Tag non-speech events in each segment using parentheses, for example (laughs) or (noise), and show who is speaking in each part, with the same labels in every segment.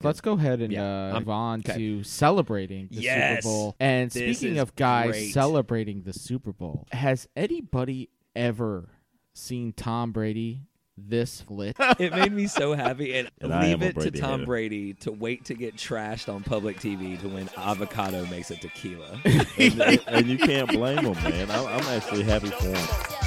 Speaker 1: Let's go ahead and
Speaker 2: Yeah,
Speaker 1: uh,
Speaker 2: I'm-
Speaker 1: move on
Speaker 2: okay.
Speaker 1: to celebrating the
Speaker 2: Yes!
Speaker 1: Super Bowl. And
Speaker 2: This
Speaker 1: speaking
Speaker 2: is
Speaker 1: of guys
Speaker 2: great.
Speaker 1: celebrating the Super Bowl, has anybody ever seen Tom Brady this
Speaker 2: (laughs)
Speaker 1: lit?
Speaker 2: it made me so happy, and,
Speaker 3: (laughs) And I
Speaker 2: leave
Speaker 3: am a
Speaker 2: it to
Speaker 3: Brady
Speaker 2: Tom
Speaker 3: hater.
Speaker 2: Brady to wait to get trashed on public TV to when avocado makes it
Speaker 3: (laughs)
Speaker 2: tequila. And (laughs)
Speaker 3: and, and you can't blame him, man. I, I'm actually happy for him.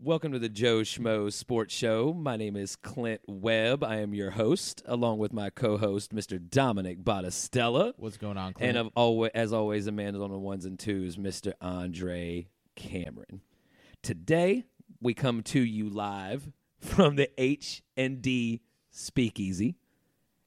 Speaker 2: Welcome to the Joe Schmo Sports Show. My name is Clint Webb. I am your host, along with my co-host, Mr. Dominic Battistella,
Speaker 1: What's going on, Clint?
Speaker 2: and of always, as always, a man on the ones and twos, Mr. Andre Cameron. Today, we come to you live from the H and D Speakeasy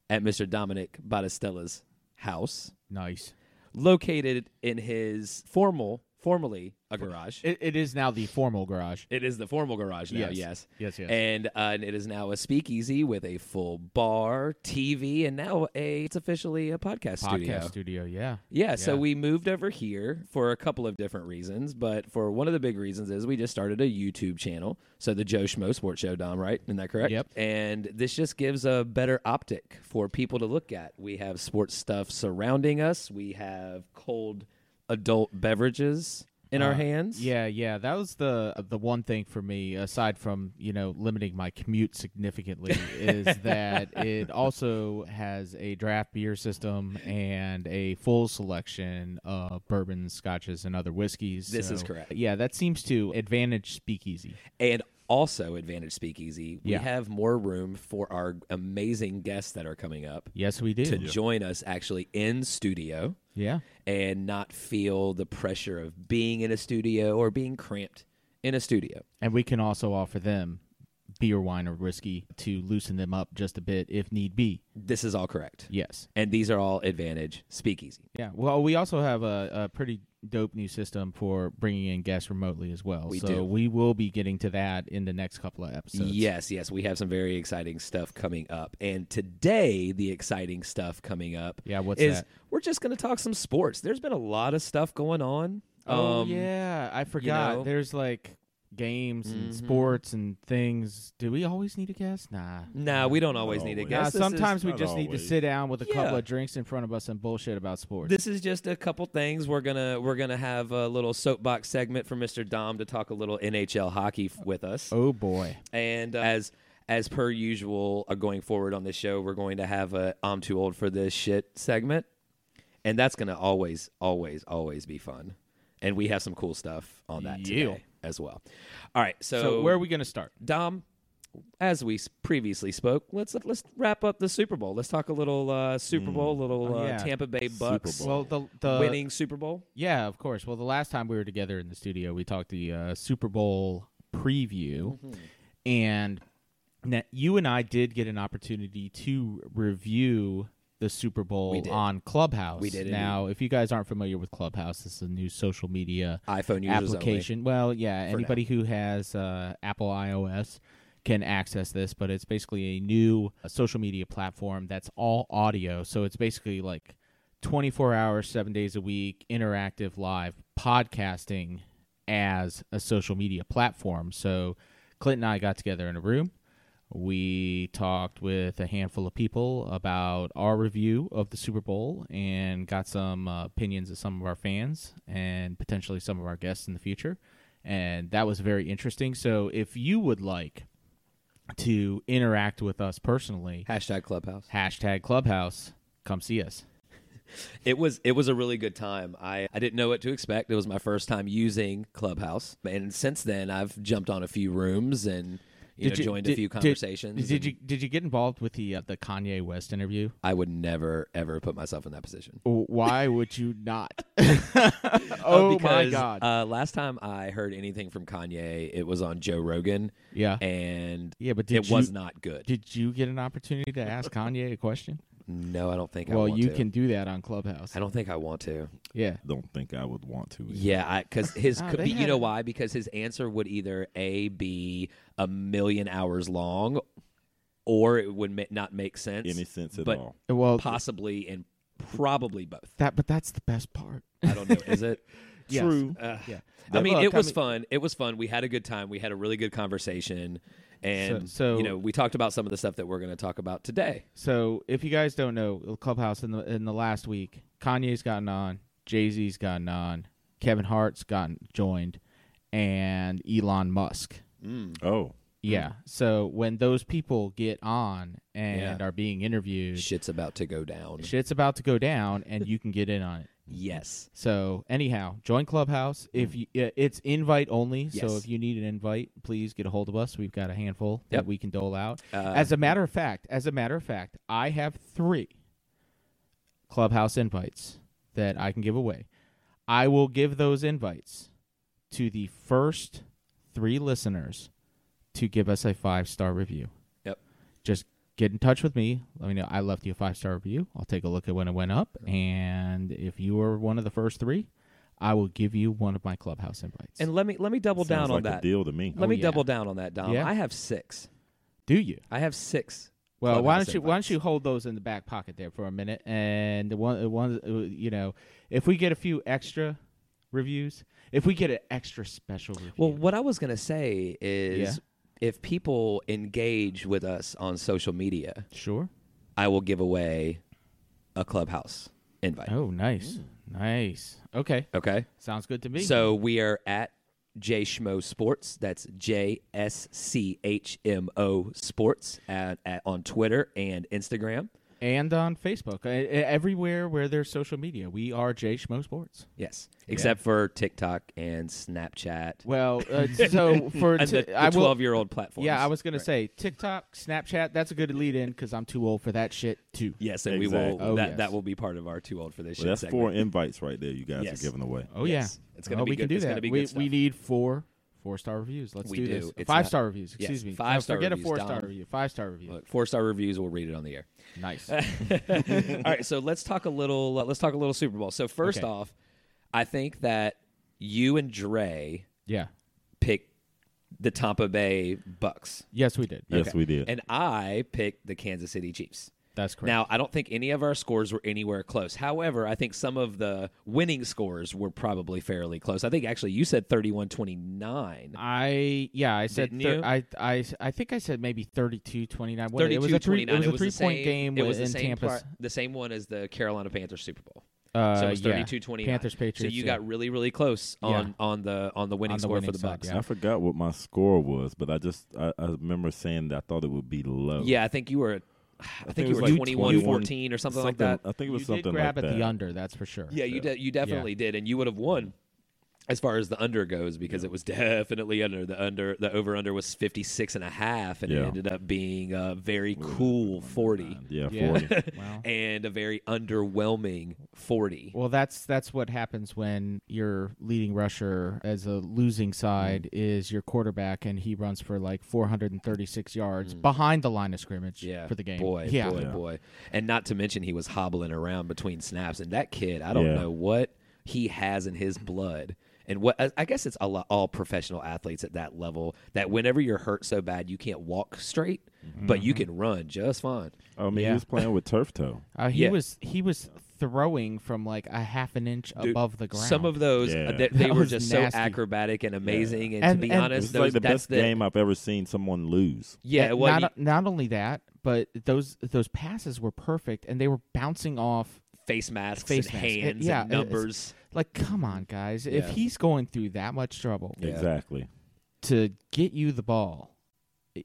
Speaker 2: at Mr. Dominic Battistella's house,
Speaker 1: nice.
Speaker 2: located in his formal, formerly a garage.
Speaker 1: It, it is now the formal garage.
Speaker 2: It is the formal garage now.
Speaker 1: Yes.
Speaker 2: Yes.
Speaker 1: Yes, yes.
Speaker 2: And uh, and it is now a speakeasy with a full bar, TV, and now a it's officially a podcast, studio.
Speaker 1: Podcast studio, yeah.
Speaker 2: Yeah, so
Speaker 1: Yeah.
Speaker 2: we moved over here for a couple of different reasons, but for one of the big reasons is we just started a YouTube channel. So the Joe Schmo Sports Show, Dom, right? Isn't that correct?
Speaker 1: Yep.
Speaker 2: And this just gives a better optic for people to look at. We have sports stuff surrounding us. We have cold adult beverages in our
Speaker 1: Uh,
Speaker 2: hands.
Speaker 1: Yeah, yeah, that was the uh, the one thing for me aside from, you know, limiting my commute significantly is
Speaker 2: (laughs)
Speaker 1: that it also has a draft beer system and a full selection of bourbons, scotches and other whiskeys.
Speaker 2: This is
Speaker 1: So,
Speaker 2: correct.
Speaker 1: Yeah, that seems to advantage speakeasy.
Speaker 2: and also Advantage Speakeasy. We
Speaker 1: Yeah.
Speaker 2: have more room for our amazing guests that are coming up
Speaker 1: Yes, we do.
Speaker 2: to join us actually in studio
Speaker 1: yeah.
Speaker 2: and not feel the pressure of being in a studio or being cramped in a studio.
Speaker 1: And we can also offer them beer, wine or whiskey to loosen them up just a bit if need be.
Speaker 2: This is all correct.
Speaker 1: Yes.
Speaker 2: And these are all Advantage Speakeasy.
Speaker 1: Yeah. Well, we also have a, a pretty dope new system for bringing in guests remotely as well.
Speaker 2: We
Speaker 1: so
Speaker 2: do.
Speaker 1: we will be getting to that in the next couple of episodes.
Speaker 2: Yes, yes, we have some very exciting stuff coming up. And today, the exciting stuff coming up
Speaker 1: Yeah, what's
Speaker 2: is
Speaker 1: that?
Speaker 2: we're just going to talk some sports. There's been a lot of stuff going on.
Speaker 1: Oh
Speaker 2: Um,
Speaker 1: yeah, I forgot.
Speaker 2: know. Mm-hmm.
Speaker 1: There's like games and sports and things. Do we always need a guest? Nah.
Speaker 2: Nah, we don't always need a
Speaker 3: always.
Speaker 1: Nah,
Speaker 2: guest. This is-
Speaker 1: sometimes we
Speaker 3: Not
Speaker 1: just need to
Speaker 3: always.
Speaker 1: sit down with a couple
Speaker 2: Yeah.
Speaker 1: of drinks in front of us and bullshit about sports.
Speaker 2: This is just a couple things. We're gonna we're gonna have a little soapbox segment for Mr. Dom to talk a little NHL hockey f- with us.
Speaker 1: oh boy.
Speaker 2: And uh, as as per usual, uh, going forward on this show, we're going to have a "I'm too old for this shit" segment, and that's gonna always, always, always be fun. And we have some cool stuff on that
Speaker 1: Yeah.
Speaker 2: today as well. All right, so,
Speaker 1: So, where are we gonna start?
Speaker 2: Dom? As we s- previously spoke, let's let's wrap up the Super Bowl. Let's talk a little uh, Super Bowl, little
Speaker 1: Oh,
Speaker 2: uh,
Speaker 1: yeah.
Speaker 2: Tampa Bay Bucks
Speaker 3: Bowl.
Speaker 1: Well, uh, the the
Speaker 2: winning Super Bowl.
Speaker 1: Yeah, of course. Well, the last time we were together in the studio, we talked the uh, Super Bowl preview,
Speaker 2: Mm-hmm.
Speaker 1: and na- you and I did get an opportunity to review the Super Bowl
Speaker 2: did.
Speaker 1: on Clubhouse.
Speaker 2: We did
Speaker 1: Now, if you guys aren't familiar with Clubhouse, this is a new social media
Speaker 2: iPhone users
Speaker 1: application. Well, yeah, anybody who has uh, Apple iOS can access this, but it's basically a new uh, social media platform that's all audio. So it's basically like 24 hours, seven days a week, interactive live podcasting as a social media platform. So Clint and I got together in a room. We talked with a handful of people about our review of the Super Bowl and got some uh, opinions of some of our fans and potentially some of our guests in the future. And that was very interesting. So if you would like to interact with us personally,
Speaker 2: only. Hashtag Clubhouse.
Speaker 1: hashtag Clubhouse, come see us.
Speaker 2: It was it was a really good time. I, I didn't know what to expect. It was my first time using Clubhouse, and since then I've jumped on a few rooms and you know, joined a few conversations.
Speaker 1: Did,
Speaker 2: and
Speaker 1: you did you get involved with the uh, the Kanye West interview?
Speaker 2: I would never ever put myself in that position.
Speaker 1: Why would you (laughs)
Speaker 2: (laughs)
Speaker 1: not?
Speaker 2: Uh,
Speaker 1: oh my
Speaker 2: because,
Speaker 1: God!
Speaker 2: Uh, last time I heard anything from Kanye, it was on Joe Rogan.
Speaker 1: yeah,
Speaker 2: And
Speaker 1: yeah, but did
Speaker 2: it
Speaker 1: you,
Speaker 2: was not good. (laughs)
Speaker 1: Did you get an opportunity to ask Kanye a question?
Speaker 2: No, I don't think I
Speaker 1: well,
Speaker 2: want
Speaker 1: you
Speaker 2: to.
Speaker 1: can do that on Clubhouse.
Speaker 2: I don't think I want to.
Speaker 1: Yeah.
Speaker 3: Don't think I would want to. either.
Speaker 2: Yeah, because
Speaker 1: (laughs)
Speaker 2: his,
Speaker 1: Ah,
Speaker 2: could
Speaker 1: they
Speaker 2: be, you know
Speaker 1: had-
Speaker 2: why? Because his answer would either a be a million hours long, or it would ma- not make sense.
Speaker 3: Any sense at
Speaker 2: But-
Speaker 3: all.
Speaker 1: Well,
Speaker 2: possibly and probably both.
Speaker 1: that but that's the best part.
Speaker 2: I don't know. Is
Speaker 3: (laughs)
Speaker 2: it?
Speaker 1: Yes.
Speaker 3: True.
Speaker 2: Uh,
Speaker 1: Yeah.
Speaker 2: I mean,
Speaker 1: Look,
Speaker 2: it
Speaker 1: I
Speaker 2: was
Speaker 1: mean-
Speaker 2: fun. It was fun. We had a good time. We had a really good conversation, and
Speaker 1: So- so-
Speaker 2: you know, we talked about some of the stuff that we're going to talk about today.
Speaker 1: So if you guys don't know, Clubhouse in the in the last week, Kanye's gotten on, Jay Z's gotten on, Kevin Hart's gotten joined, and Elon Musk.
Speaker 3: Oh,
Speaker 1: Yeah. So when those people get on and
Speaker 2: Yeah.
Speaker 1: are being interviewed,
Speaker 2: Shit's about to go down.
Speaker 1: shit's about to go down, and you can get in on it.
Speaker 2: Yes.
Speaker 1: So anyhow, join Clubhouse. If you, uh, it's invite only, so
Speaker 2: Hmm. Yes.
Speaker 1: if you need an invite, please get a hold of us. We've got a handful
Speaker 2: Yep.
Speaker 1: that we can dole out.
Speaker 2: Uh,
Speaker 1: as a matter of fact, as a matter of fact, I have three Clubhouse invites that I can give away. I will give those invites to the first three listeners to give us a five star review.
Speaker 2: Yep.
Speaker 1: Just get in touch with me. Let me know. I left you a five star review. I'll take a look at when it went up. And if you were one of the first three, I will give you one of my clubhouse invites.
Speaker 2: And let me let me double
Speaker 3: sounds
Speaker 2: down on
Speaker 3: like
Speaker 2: that.
Speaker 3: a deal to me.
Speaker 2: Let
Speaker 1: Oh,
Speaker 2: me
Speaker 1: yeah.
Speaker 2: double down on that, Dom.
Speaker 1: Yeah.
Speaker 2: I have six.
Speaker 1: do you?
Speaker 2: I have six.
Speaker 1: Well, why
Speaker 2: Clubhouse
Speaker 1: don't you why
Speaker 2: invites.
Speaker 1: don't you hold those in the back pocket there for a minute? And the one the one uh, you know, if we get a few extra reviews, if we get an extra special review,
Speaker 2: Well, what I was going to say is if people engage with us on social media,
Speaker 1: sure.
Speaker 2: I will give away a clubhouse invite.
Speaker 1: Oh, nice, nice. Okay,
Speaker 2: Okay.
Speaker 1: sounds good to me.
Speaker 2: So we are at J Schmo Sports. That's J S C H M O Sports at, at, on Twitter and Instagram.
Speaker 1: and on Facebook, e- e- everywhere where there's social media, we are J Schmo Sports.
Speaker 2: Yes. Except for TikTok and Snapchat
Speaker 1: Well, uh, (laughs) so for
Speaker 2: (laughs) and
Speaker 1: t-
Speaker 2: the,
Speaker 1: I will.
Speaker 2: 12 year old platforms.
Speaker 1: yeah, I was gonna say TikTok, Snapchat. That's a good lead in because I'm too old for that shit too.
Speaker 2: Yes, and we will.
Speaker 3: Exactly.
Speaker 1: Oh,
Speaker 2: that,
Speaker 1: yes.
Speaker 2: that will be part of our too old for this
Speaker 3: Well,
Speaker 2: shit
Speaker 3: that's
Speaker 2: segment.
Speaker 3: four invites right there. You guys
Speaker 2: Yes. Uh,
Speaker 3: are giving away.
Speaker 1: Oh
Speaker 2: Yes.
Speaker 1: yeah,
Speaker 2: It's gonna
Speaker 1: Oh,
Speaker 2: be
Speaker 1: we can
Speaker 2: good-
Speaker 1: do
Speaker 2: it's
Speaker 1: that.
Speaker 2: gonna be
Speaker 1: we
Speaker 2: good
Speaker 1: we
Speaker 2: stuff.
Speaker 1: need four four star reviews. Let's
Speaker 2: We
Speaker 1: do
Speaker 2: do.
Speaker 1: this.
Speaker 2: It's
Speaker 1: five
Speaker 2: not-
Speaker 1: star reviews.
Speaker 2: Yes,
Speaker 1: Excuse me.
Speaker 2: five
Speaker 1: No,
Speaker 2: star
Speaker 1: Forget
Speaker 2: reviews,
Speaker 1: a four star
Speaker 2: Dom.
Speaker 1: review. Five star review.
Speaker 2: Look, four star reviews. We'll read it on the air.
Speaker 1: Nice.
Speaker 2: (laughs) All right, so let's talk a little. uh, Let's talk a little Super Bowl. So first
Speaker 1: Okay.
Speaker 2: off, I think that you and Dre
Speaker 1: (laughs) yeah.
Speaker 2: picked the Tampa Bay Bucks,
Speaker 1: Yes, we did.
Speaker 3: Yes,
Speaker 2: Okay.
Speaker 3: we did.
Speaker 2: and I picked the Kansas City Chiefs.
Speaker 1: That's correct.
Speaker 2: Now, I don't think any of our scores were anywhere close. However, I think some of the winning scores were probably fairly close. I think actually you said 31-29.
Speaker 1: I yeah I said
Speaker 2: Didn't
Speaker 1: thir-
Speaker 2: you?
Speaker 1: I I I think I said maybe 32 29 What- it was a
Speaker 2: 32-29.
Speaker 1: three it was a
Speaker 2: the
Speaker 1: three point
Speaker 2: same-
Speaker 1: game
Speaker 2: It
Speaker 1: with-
Speaker 2: was the
Speaker 1: in
Speaker 2: same
Speaker 1: Tampa
Speaker 2: part- the same one as the Carolina Panthers Super Bowl.
Speaker 1: uh,
Speaker 2: So it was
Speaker 1: yeah.
Speaker 2: 32 29.
Speaker 1: Panthers
Speaker 2: So
Speaker 1: Patriots
Speaker 2: you
Speaker 1: yeah.
Speaker 2: got really, really close on,
Speaker 1: Yeah.
Speaker 2: on the on the winning
Speaker 1: On the
Speaker 2: score
Speaker 1: winning
Speaker 2: for the
Speaker 1: side,
Speaker 2: Bucks.
Speaker 1: yeah.
Speaker 3: I forgot what my score was, but I just I, I remember saying that I thought it would be low.
Speaker 2: Yeah, I think you were I, think, you
Speaker 3: it was
Speaker 2: were
Speaker 3: like
Speaker 2: 21 14 or something, like that.
Speaker 3: I think it
Speaker 1: you
Speaker 3: was something
Speaker 1: did grab
Speaker 3: like
Speaker 1: at
Speaker 3: that.
Speaker 1: the under that's for sure.
Speaker 2: Yeah, you de- you definitely did and you would have won as far as the under goes because it was definitely under the under the over under was 56 and a half and it
Speaker 3: Yeah.
Speaker 2: ended up being a very cool 40
Speaker 3: Uh, yeah,
Speaker 1: Yeah.
Speaker 3: forty.
Speaker 1: (laughs) Wow.
Speaker 2: and a very underwhelming 40.
Speaker 1: Well, that's that's what happens when your leading rusher as a
Speaker 2: Mm-hmm.
Speaker 1: losing side is your quarterback, and he runs for like 436 yards behind the line of scrimmage
Speaker 2: Mm. yeah,
Speaker 1: for the game.
Speaker 2: Boy,
Speaker 1: yeah,
Speaker 2: boy, boy. And not to mention he was hobbling around between snaps. And that kid, I don't
Speaker 3: Yeah.
Speaker 2: know what he has in his blood. And what I- I guess it's a lot, all professional athletes at that level that whenever you're hurt so bad you can't walk straight,
Speaker 3: Mm-hmm.
Speaker 2: but you
Speaker 1: Mm-hmm.
Speaker 2: can run just fine.
Speaker 3: I mean,
Speaker 1: Yeah.
Speaker 3: he was playing with turf toe.
Speaker 1: Uh, he
Speaker 2: Yeah.
Speaker 1: was he was throwing from like a half an inch above the ground.
Speaker 2: Some of those
Speaker 3: Yeah.
Speaker 2: uh, they, they
Speaker 1: That
Speaker 2: were
Speaker 1: was
Speaker 2: just
Speaker 1: nasty.
Speaker 2: so acrobatic and amazing. And,
Speaker 1: And-
Speaker 2: to be
Speaker 1: and-
Speaker 3: It
Speaker 2: honest,
Speaker 3: was
Speaker 2: those,
Speaker 3: like the
Speaker 2: (laughs) that's
Speaker 3: best game I've ever seen someone lose.
Speaker 2: Yeah,
Speaker 1: And
Speaker 2: well,
Speaker 1: not
Speaker 2: you-
Speaker 1: not only that, but those those passes were perfect, and they were bouncing off.
Speaker 2: face masks,
Speaker 1: Face
Speaker 2: and
Speaker 1: masks. It-
Speaker 2: hands,
Speaker 1: yeah,
Speaker 2: and
Speaker 1: it- it's-
Speaker 2: numbers.
Speaker 1: Like, come on, guys! If
Speaker 2: Yeah.
Speaker 1: he's going through that much trouble
Speaker 2: Yeah.
Speaker 3: Exactly.
Speaker 1: to get you the ball,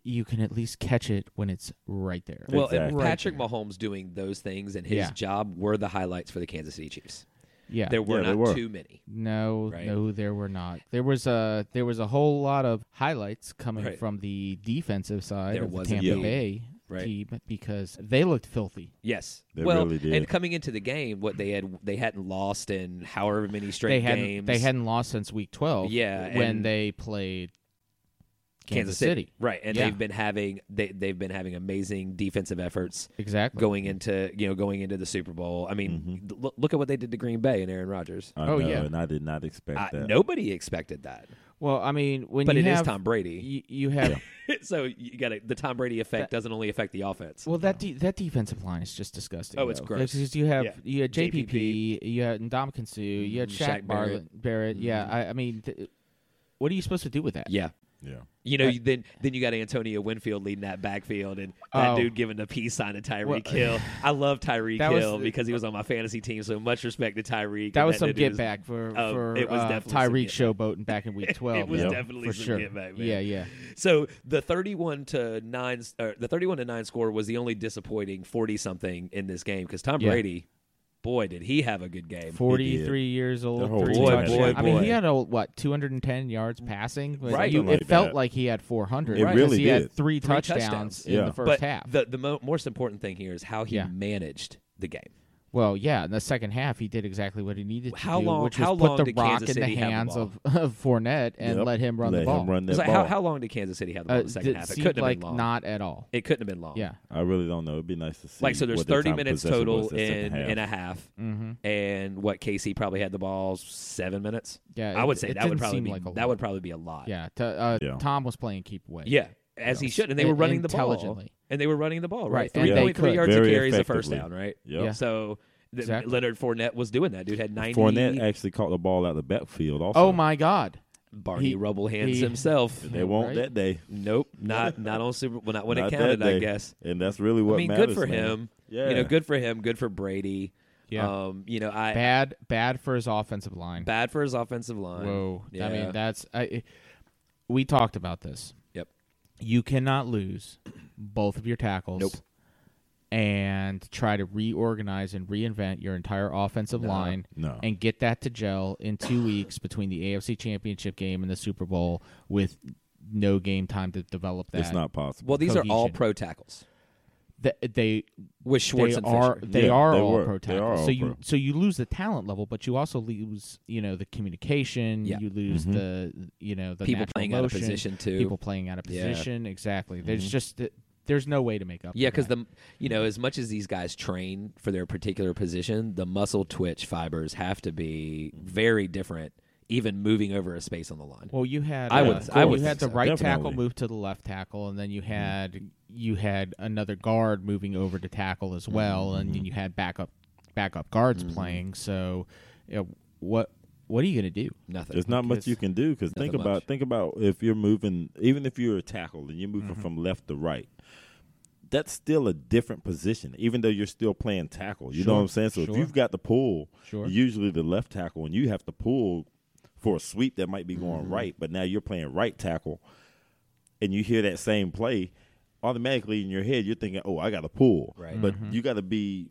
Speaker 1: you can at least catch it when it's right there.
Speaker 2: Well, and
Speaker 3: Exactly.
Speaker 2: Patrick Mahomes doing those things and his
Speaker 1: Yeah.
Speaker 2: job were the highlights for the Kansas City Chiefs.
Speaker 1: yeah,
Speaker 2: There were
Speaker 3: Yeah,
Speaker 2: not
Speaker 3: they were.
Speaker 2: too many.
Speaker 1: No,
Speaker 2: Right.
Speaker 1: no, there were not. There was a there was a whole lot of highlights coming
Speaker 2: Right.
Speaker 1: from the defensive side
Speaker 2: There
Speaker 1: of the
Speaker 2: was
Speaker 1: Tampa
Speaker 2: indeed.
Speaker 1: Bay
Speaker 2: Right.
Speaker 1: team because they looked filthy.
Speaker 2: Yes.
Speaker 3: They
Speaker 2: well,
Speaker 3: really did.
Speaker 2: and coming into the game, what they had they hadn't lost in however many straight
Speaker 1: they hadn't
Speaker 2: games.
Speaker 1: they hadn't lost since week twelve.
Speaker 2: Yeah,
Speaker 1: when
Speaker 2: and-
Speaker 1: they played
Speaker 2: Kansas
Speaker 1: Kansas
Speaker 2: City.
Speaker 1: City.
Speaker 2: Right. And
Speaker 1: Yeah.
Speaker 2: they've been having they they've been having amazing defensive efforts
Speaker 1: Exactly.
Speaker 2: going into, you know, going into the Super Bowl. I
Speaker 3: Mm-hmm.
Speaker 2: mean, look, look at what they did to Green Bay and Aaron Rodgers.
Speaker 3: I
Speaker 1: Oh,
Speaker 3: know,
Speaker 1: yeah.
Speaker 3: and I did not expect
Speaker 2: I-
Speaker 3: that.
Speaker 2: nobody expected that.
Speaker 1: Well, I mean, when
Speaker 2: But
Speaker 1: you
Speaker 2: it is
Speaker 1: have-
Speaker 2: Tom Brady.
Speaker 1: you, you have
Speaker 2: (laughs) so you got to the Tom Brady effect doesn't only affect the offense.
Speaker 1: well that de- that defensive line is just disgusting.
Speaker 2: Oh, it's
Speaker 1: though.
Speaker 2: gross.
Speaker 1: Because you have
Speaker 2: Yeah.
Speaker 1: you had JPP,
Speaker 2: JPP.
Speaker 1: you had Ndamukong Suh, you had
Speaker 2: Mhm.
Speaker 1: Shaq,
Speaker 2: Shaq Mm-hmm.
Speaker 1: Barrett. Barrett. Yeah, I, I mean, th- what are you supposed to do with that?
Speaker 2: yeah.
Speaker 3: yeah.
Speaker 2: You know, you- then then you got Antonio Winfield leading that backfield, and that
Speaker 1: Oh.
Speaker 2: dude giving the peace sign to Tyreek
Speaker 1: Well,
Speaker 2: Hill. I love Tyreek
Speaker 1: That was-
Speaker 2: Hill because he was on my fantasy team, so much respect to Tyreek.
Speaker 1: That
Speaker 2: and
Speaker 1: was some
Speaker 2: dude
Speaker 1: get
Speaker 2: is-
Speaker 1: back for
Speaker 2: oh,
Speaker 1: for
Speaker 2: it was
Speaker 1: uh,
Speaker 2: definitely some
Speaker 1: Tyreek
Speaker 2: get back.
Speaker 1: showboating back in week twelve.
Speaker 2: (laughs) It was
Speaker 1: yeah,
Speaker 2: definitely
Speaker 1: for
Speaker 2: some
Speaker 1: sure.
Speaker 2: get back, man.
Speaker 1: Yeah, yeah.
Speaker 2: So the thirty-one to nine, or the thirty-one to nine score was the only disappointing forty-something in this game because Tom
Speaker 1: Yeah.
Speaker 2: Brady, boy, did he have a good game.
Speaker 1: Forty three years old.
Speaker 3: The whole
Speaker 1: three
Speaker 2: team had
Speaker 1: touchdowns.
Speaker 2: Boy,
Speaker 1: I mean,
Speaker 2: boy,
Speaker 1: he
Speaker 2: boy.
Speaker 1: had a, what two hundred and ten yards passing. Like,
Speaker 2: Right.
Speaker 1: you-
Speaker 3: Mm-hmm. Something
Speaker 1: it
Speaker 3: like
Speaker 1: felt
Speaker 3: that.
Speaker 1: like he had four hundred.
Speaker 3: It
Speaker 1: because
Speaker 3: really
Speaker 1: he had
Speaker 3: did.
Speaker 1: three,
Speaker 2: Three
Speaker 1: touchdowns,
Speaker 2: touchdowns.
Speaker 1: in
Speaker 3: Yeah.
Speaker 1: the first
Speaker 2: but
Speaker 1: half.
Speaker 2: the the mo- most important thing here is how he
Speaker 1: Yeah.
Speaker 2: managed the game.
Speaker 1: Well, yeah, in the second half, he did exactly what he needed to
Speaker 2: How
Speaker 1: do,
Speaker 2: long-
Speaker 1: which was
Speaker 2: how
Speaker 1: put
Speaker 2: long
Speaker 1: the
Speaker 2: did
Speaker 1: rock
Speaker 2: Kansas
Speaker 1: in the
Speaker 2: City have the
Speaker 1: hands
Speaker 2: ball?
Speaker 1: of, (laughs) of Fournette and
Speaker 3: Yep.
Speaker 1: let him run
Speaker 3: Let
Speaker 1: the ball.
Speaker 3: him run that
Speaker 2: So
Speaker 3: ball.
Speaker 2: how, how long did Kansas City have the
Speaker 1: Uh,
Speaker 2: ball in the second
Speaker 1: that
Speaker 2: half? It
Speaker 1: seemed
Speaker 2: couldn't have
Speaker 1: like
Speaker 2: been long.
Speaker 1: not at all.
Speaker 2: It couldn't have been long.
Speaker 1: Yeah,
Speaker 3: I really don't know. It'd be nice to see.
Speaker 2: Like so, there's
Speaker 3: what their
Speaker 2: 30
Speaker 3: time
Speaker 2: minutes
Speaker 3: possession
Speaker 2: total
Speaker 3: was the second
Speaker 2: in
Speaker 3: half.
Speaker 2: in a half,
Speaker 1: mm-hmm.
Speaker 2: and what KC probably had the ball seven minutes.
Speaker 1: yeah.
Speaker 2: I
Speaker 1: Uh, it-
Speaker 2: would say
Speaker 1: it
Speaker 2: that would
Speaker 1: didn't
Speaker 2: probably
Speaker 1: seem
Speaker 2: be
Speaker 1: like a
Speaker 2: that
Speaker 1: lot.
Speaker 2: would probably be a lot.
Speaker 1: Yeah, t- uh,
Speaker 3: Yeah.
Speaker 1: Tom was playing keep away.
Speaker 2: yeah, as he
Speaker 1: Yes.
Speaker 2: should, and they were
Speaker 1: And-
Speaker 2: running the ball,
Speaker 1: intelligently.
Speaker 2: and they were running the ball right.
Speaker 1: Right,
Speaker 2: Three
Speaker 1: and
Speaker 2: point
Speaker 1: they
Speaker 2: three
Speaker 1: could.
Speaker 2: yards a
Speaker 3: Very
Speaker 2: carry is a first
Speaker 3: effectively.
Speaker 2: down, right?
Speaker 3: Yep.
Speaker 1: Yeah.
Speaker 2: So th-
Speaker 1: Exactly.
Speaker 2: Leonard Fournette was doing that. Dude had ninety.
Speaker 3: Fournette uh, actually caught the ball out the backfield. Also,
Speaker 1: Oh my God.
Speaker 2: Barney
Speaker 1: he-
Speaker 2: Rubble hands
Speaker 1: he-
Speaker 3: (laughs)
Speaker 2: himself.
Speaker 3: They won't
Speaker 1: Right.
Speaker 3: that day.
Speaker 2: Nope,
Speaker 3: (laughs)
Speaker 2: not not on Super. Well, not when
Speaker 3: Not
Speaker 2: it
Speaker 3: that
Speaker 2: counted, I
Speaker 3: day.
Speaker 2: guess.
Speaker 3: And that's really what
Speaker 2: I mean,
Speaker 3: matters.
Speaker 2: good for
Speaker 3: man.
Speaker 2: him.
Speaker 3: Yeah.
Speaker 2: You know, good for him. Good for Brady.
Speaker 1: Yeah.
Speaker 2: Um, you know, I
Speaker 1: bad, bad for his offensive line.
Speaker 2: bad for his offensive line.
Speaker 1: Whoa.
Speaker 2: Yeah.
Speaker 1: I mean, that's. I, it- we talked about this.
Speaker 2: Yep.
Speaker 1: You cannot lose both of your tackles.
Speaker 2: Nope.
Speaker 1: And try to reorganize and reinvent your entire offensive line
Speaker 3: no.
Speaker 1: and get that to gel in two weeks between the AFC Championship game and the Super Bowl with no game time to develop that.
Speaker 3: It's not possible.
Speaker 2: well, these are all
Speaker 1: cohesion.
Speaker 2: pro tackles
Speaker 1: Th- they
Speaker 2: with Schwartz
Speaker 1: they
Speaker 2: and
Speaker 1: are
Speaker 2: Fisher.
Speaker 1: they
Speaker 3: Yeah,
Speaker 1: are
Speaker 3: they
Speaker 1: all
Speaker 3: were.
Speaker 1: pro
Speaker 3: They are
Speaker 1: tackles.
Speaker 3: all
Speaker 1: so you
Speaker 3: pro.
Speaker 1: so you lose the talent level, but you also lose you know the communication.
Speaker 2: Yeah. Mm-hmm.
Speaker 1: You lose the you know the
Speaker 2: People
Speaker 1: natural
Speaker 2: playing out of
Speaker 1: motion,
Speaker 2: position, too.
Speaker 1: People playing out of
Speaker 2: Yeah. Mm-hmm.
Speaker 1: position. Exactly. There's just there's no way to make up.
Speaker 2: Yeah,
Speaker 1: for
Speaker 2: because
Speaker 1: that.
Speaker 2: the you know as much as these guys train for their particular position, the muscle twitch fibers have to be very different, even moving over a space on the line.
Speaker 1: well you had
Speaker 2: I
Speaker 1: uh,
Speaker 2: would-
Speaker 1: of
Speaker 2: I would
Speaker 1: you had the
Speaker 2: think so, Mm-hmm.
Speaker 1: right tackle
Speaker 3: definitely.
Speaker 1: move to the left tackle, and then you had you had another guard moving over to tackle as well,
Speaker 2: Mm-hmm.
Speaker 1: and then you had backup backup guards playing. So you know, what what are you gonna do?
Speaker 2: Nothing.
Speaker 3: There's not much
Speaker 1: because-
Speaker 3: you can do because think
Speaker 2: Nothing
Speaker 3: about
Speaker 2: much.
Speaker 3: think about if you're moving, even if you're a tackle and you're moving
Speaker 2: Mm-hmm.
Speaker 3: from left to right. That's still a different position, even though you're still playing tackle. You know
Speaker 1: Sure,
Speaker 3: what I'm saying? So if
Speaker 1: sure.
Speaker 3: you've got the pull,
Speaker 1: Sure.
Speaker 3: usually the left tackle, and you have to pull for a sweep that might be going
Speaker 2: Mm-hmm.
Speaker 3: right, but now you're playing right tackle, and you hear that same play, automatically in your head you're thinking, "Oh, I got to pull,"
Speaker 2: Right. Mm-hmm.
Speaker 3: but you got to be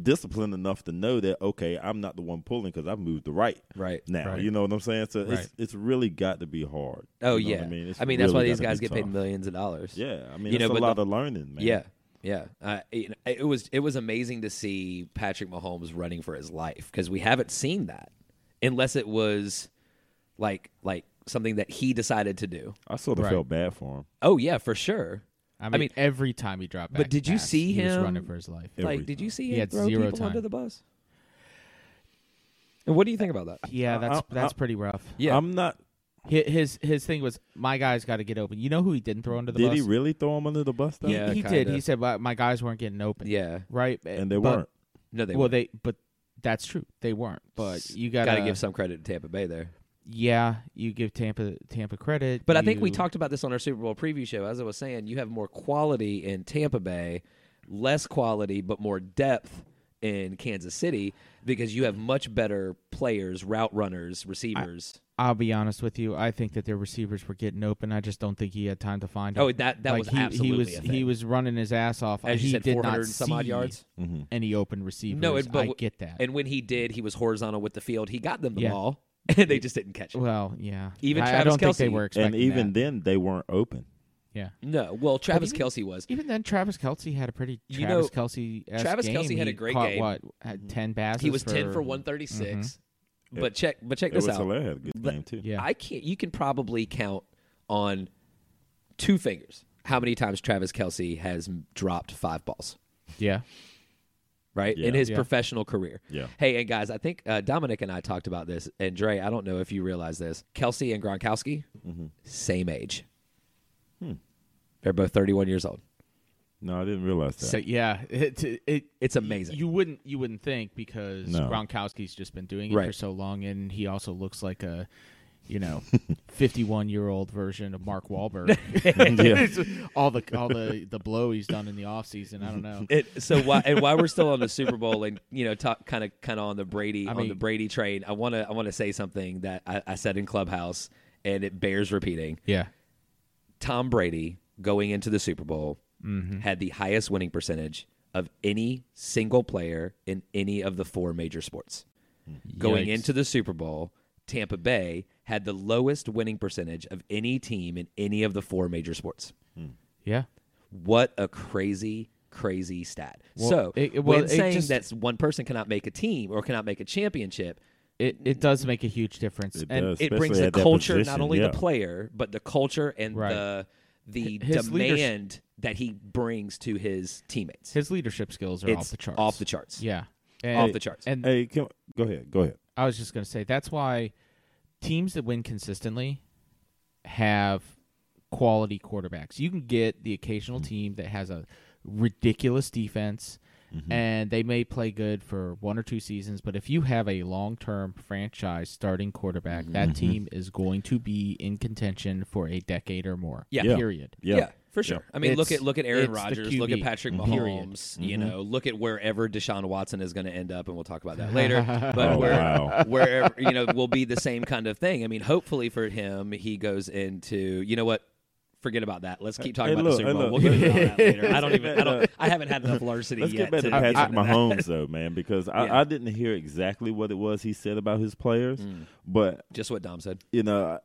Speaker 3: disciplined enough to know that okay, I'm not the one pulling because I've moved to right
Speaker 2: Right.
Speaker 3: now.
Speaker 1: Right.
Speaker 3: You know what I'm saying? So
Speaker 1: Right.
Speaker 3: it's it's really got to be hard.
Speaker 2: Oh
Speaker 3: You know
Speaker 2: yeah.
Speaker 3: what I mean, It's
Speaker 2: that's why
Speaker 3: really
Speaker 2: these
Speaker 3: gotta
Speaker 2: guys
Speaker 3: be
Speaker 2: get paid
Speaker 3: tough.
Speaker 2: millions of dollars.
Speaker 3: Yeah, I mean,
Speaker 2: You
Speaker 3: it's
Speaker 2: know,
Speaker 3: a
Speaker 2: but
Speaker 3: lot
Speaker 2: the-
Speaker 3: of learning, man.
Speaker 2: Yeah. Yeah. Uh, it, it was it was amazing to see Patrick Mahomes running for his life because we haven't seen that unless it was like like something that he decided to do.
Speaker 3: I sort of
Speaker 1: Right.
Speaker 3: felt bad for him.
Speaker 2: Oh yeah, for sure.
Speaker 1: I mean,
Speaker 2: mean-
Speaker 1: every time he dropped back,
Speaker 2: But did you
Speaker 1: pass,
Speaker 2: see
Speaker 1: He was
Speaker 2: him-
Speaker 1: running for his life.
Speaker 3: Every
Speaker 2: like, did you see
Speaker 1: He
Speaker 2: him
Speaker 1: had
Speaker 2: throw
Speaker 1: zero
Speaker 2: people under
Speaker 1: time.
Speaker 2: the bus? And what do you think about that?
Speaker 1: Yeah, that's
Speaker 3: I-
Speaker 1: that's
Speaker 3: I-
Speaker 1: pretty rough.
Speaker 2: Yeah.
Speaker 3: I'm not.
Speaker 1: Hi- His his thing was my guys got to get open. You know who he didn't throw under the
Speaker 3: Did
Speaker 1: bus?
Speaker 3: he really throw him under the bus? Though?
Speaker 1: He-
Speaker 2: Yeah,
Speaker 1: he, did.
Speaker 2: kinda.
Speaker 1: He said "My- my guys weren't getting open.
Speaker 2: yeah.
Speaker 1: right.
Speaker 3: and they
Speaker 1: But-
Speaker 3: weren't.
Speaker 2: No, they
Speaker 1: well,
Speaker 2: weren't.
Speaker 1: they uh, but that's true. They weren't. But you gotta,
Speaker 2: gotta give some credit to Tampa Bay there.
Speaker 1: Yeah, you give Tampa Tampa credit.
Speaker 2: But I think we
Speaker 1: you-
Speaker 2: talked about this on our Super Bowl preview show. As I was saying, you have more quality in Tampa Bay, less quality, but more depth in Kansas City because you have much better players, route runners, receivers.
Speaker 1: I'll be honest with you. I think that their receivers were getting open. I just don't think he had time to find.
Speaker 2: Oh,
Speaker 1: them.
Speaker 2: that- that
Speaker 1: Like,
Speaker 2: was
Speaker 1: he,
Speaker 2: absolutely
Speaker 1: he was
Speaker 2: a
Speaker 1: he
Speaker 2: thing.
Speaker 1: was running his ass off.
Speaker 2: as
Speaker 1: he
Speaker 2: you said,
Speaker 1: did
Speaker 2: 400
Speaker 1: not
Speaker 2: and some odd
Speaker 1: see
Speaker 2: yards.
Speaker 1: Any open receivers?
Speaker 2: No, it, but
Speaker 1: I get that.
Speaker 2: And when he did, he was horizontal with the field. He got them the
Speaker 1: Yeah.
Speaker 2: ball, (laughs) and they just didn't catch it.
Speaker 1: Well, yeah.
Speaker 2: Even
Speaker 1: I, I
Speaker 2: Travis
Speaker 1: don't
Speaker 2: Kelce-
Speaker 1: think they were expecting
Speaker 3: And even
Speaker 1: that.
Speaker 3: then, they weren't open.
Speaker 1: yeah.
Speaker 2: No, well, Travis
Speaker 1: even-
Speaker 2: Kelsey was.
Speaker 1: Even then, Travis Kelsey had a pretty
Speaker 2: You
Speaker 1: Travis
Speaker 2: know,
Speaker 1: Kelsey.
Speaker 2: Travis
Speaker 1: game.
Speaker 2: Kelce had
Speaker 1: He
Speaker 2: a great
Speaker 1: caught,
Speaker 2: game.
Speaker 1: What had ten passes?
Speaker 2: He was ten for
Speaker 1: for mm-hmm.
Speaker 2: one But check, but check
Speaker 3: It
Speaker 2: this
Speaker 3: was
Speaker 2: out.
Speaker 3: hilarious. Good game too.
Speaker 1: Yeah.
Speaker 2: I can't. You can probably count on two fingers how many times Travis Kelsey has m- dropped five balls,
Speaker 1: Yeah.
Speaker 2: right?
Speaker 3: Yeah.
Speaker 2: In his
Speaker 1: Yeah.
Speaker 2: professional career.
Speaker 3: Yeah.
Speaker 2: Hey, and guys, I think uh, Dominic and I talked about this. And Dre, I don't know if you realize this. Kelsey and Gronkowski, same age. Hmm. They're both 31 years old.
Speaker 3: No, I didn't realize that.
Speaker 1: So
Speaker 3: (laughs)
Speaker 1: yeah, it, it,
Speaker 2: It's amazing.
Speaker 1: You wouldn't you wouldn't think because
Speaker 3: No.
Speaker 1: Gronkowski's just been doing it
Speaker 2: Right.
Speaker 1: for so long, and he also looks like a, you know, (laughs) fifty-one year old version of Mark Wahlberg.
Speaker 2: (laughs)
Speaker 1: all the all the the blow he's done in the offseason, I don't
Speaker 2: (laughs)
Speaker 1: know.
Speaker 2: It, so why and why we're still on the Super Bowl and you know talk kind of kind of on the Brady
Speaker 1: I
Speaker 2: on the
Speaker 1: mean-
Speaker 2: Brady train. I want to I want to say something that I, I said in Clubhouse and it bears repeating.
Speaker 1: Yeah.
Speaker 2: Tom Brady going into the Super Bowl
Speaker 1: Mm-hmm.
Speaker 2: had the highest winning percentage of any single player in any of the four major sports. Going
Speaker 1: Yikes.
Speaker 2: into the Super Bowl, Tampa Bay had the lowest winning percentage of any team in any of the four major sports.
Speaker 1: Yeah.
Speaker 2: What a crazy, crazy stat.
Speaker 1: Well,
Speaker 2: so,
Speaker 1: it- it- well,
Speaker 2: when
Speaker 1: it
Speaker 2: saying
Speaker 1: just-
Speaker 2: that one person cannot make a team or cannot make a championship,
Speaker 1: It it does make a huge difference.
Speaker 3: It
Speaker 1: and
Speaker 3: does.
Speaker 2: it brings
Speaker 3: Especially
Speaker 2: the
Speaker 3: at that
Speaker 2: culture, not
Speaker 3: position,
Speaker 2: only
Speaker 3: yeah.
Speaker 2: the player, but the culture and
Speaker 1: Right.
Speaker 2: the the
Speaker 1: His leaders-
Speaker 2: demand that he brings to his teammates.
Speaker 1: his leadership skills are
Speaker 2: it's
Speaker 1: off the charts.
Speaker 2: Off the charts.
Speaker 1: yeah.
Speaker 2: Off
Speaker 1: And-
Speaker 2: the charts.
Speaker 1: And
Speaker 3: Hey, can, go ahead. Go ahead.
Speaker 1: I was just going to say that's why teams that win consistently have quality quarterbacks. You can get the
Speaker 2: Mm-hmm.
Speaker 1: occasional team that has a ridiculous defense
Speaker 2: Mm-hmm.
Speaker 1: and they may play good for one or two seasons, but if you have a long-term franchise starting quarterback,
Speaker 2: Mm-hmm.
Speaker 1: that team is going to be in contention for a decade or more.
Speaker 2: Yeah.
Speaker 3: Yeah.
Speaker 1: Period.
Speaker 3: Yeah.
Speaker 2: for sure. I mean, look
Speaker 1: It's-
Speaker 2: at look at
Speaker 1: it's
Speaker 2: Aaron
Speaker 1: the
Speaker 2: Rodgers, look at
Speaker 1: QB,
Speaker 2: Patrick
Speaker 1: period.
Speaker 2: Mahomes. You
Speaker 3: Mm-hmm.
Speaker 2: know, look at wherever Deshaun Watson is going to end up, and we'll talk about
Speaker 1: (laughs)
Speaker 2: that later. But
Speaker 3: Oh,
Speaker 2: where, (laughs)
Speaker 3: wow.
Speaker 2: wherever you know will be the same kind of thing. I mean, hopefully for him, he goes into you know what. Forget about that. Let's keep talking
Speaker 3: Hey,
Speaker 2: about
Speaker 3: look,
Speaker 2: the Super
Speaker 3: hey,
Speaker 2: Bowl.
Speaker 3: look,
Speaker 2: we'll
Speaker 3: let's-
Speaker 2: get about that later.
Speaker 3: (laughs)
Speaker 2: I don't
Speaker 3: let's
Speaker 2: even. I
Speaker 3: get
Speaker 2: don't.
Speaker 3: back
Speaker 2: I haven't had enough larceny
Speaker 3: Let's
Speaker 2: yet.
Speaker 3: get back
Speaker 2: to
Speaker 3: to
Speaker 2: get
Speaker 3: Patrick
Speaker 2: into that.
Speaker 3: Mahomes though, man, because I,
Speaker 2: Yeah.
Speaker 3: I didn't hear exactly what it was he said about his players,
Speaker 2: Mm.
Speaker 3: but
Speaker 2: Just what Dom said.
Speaker 3: you know, I,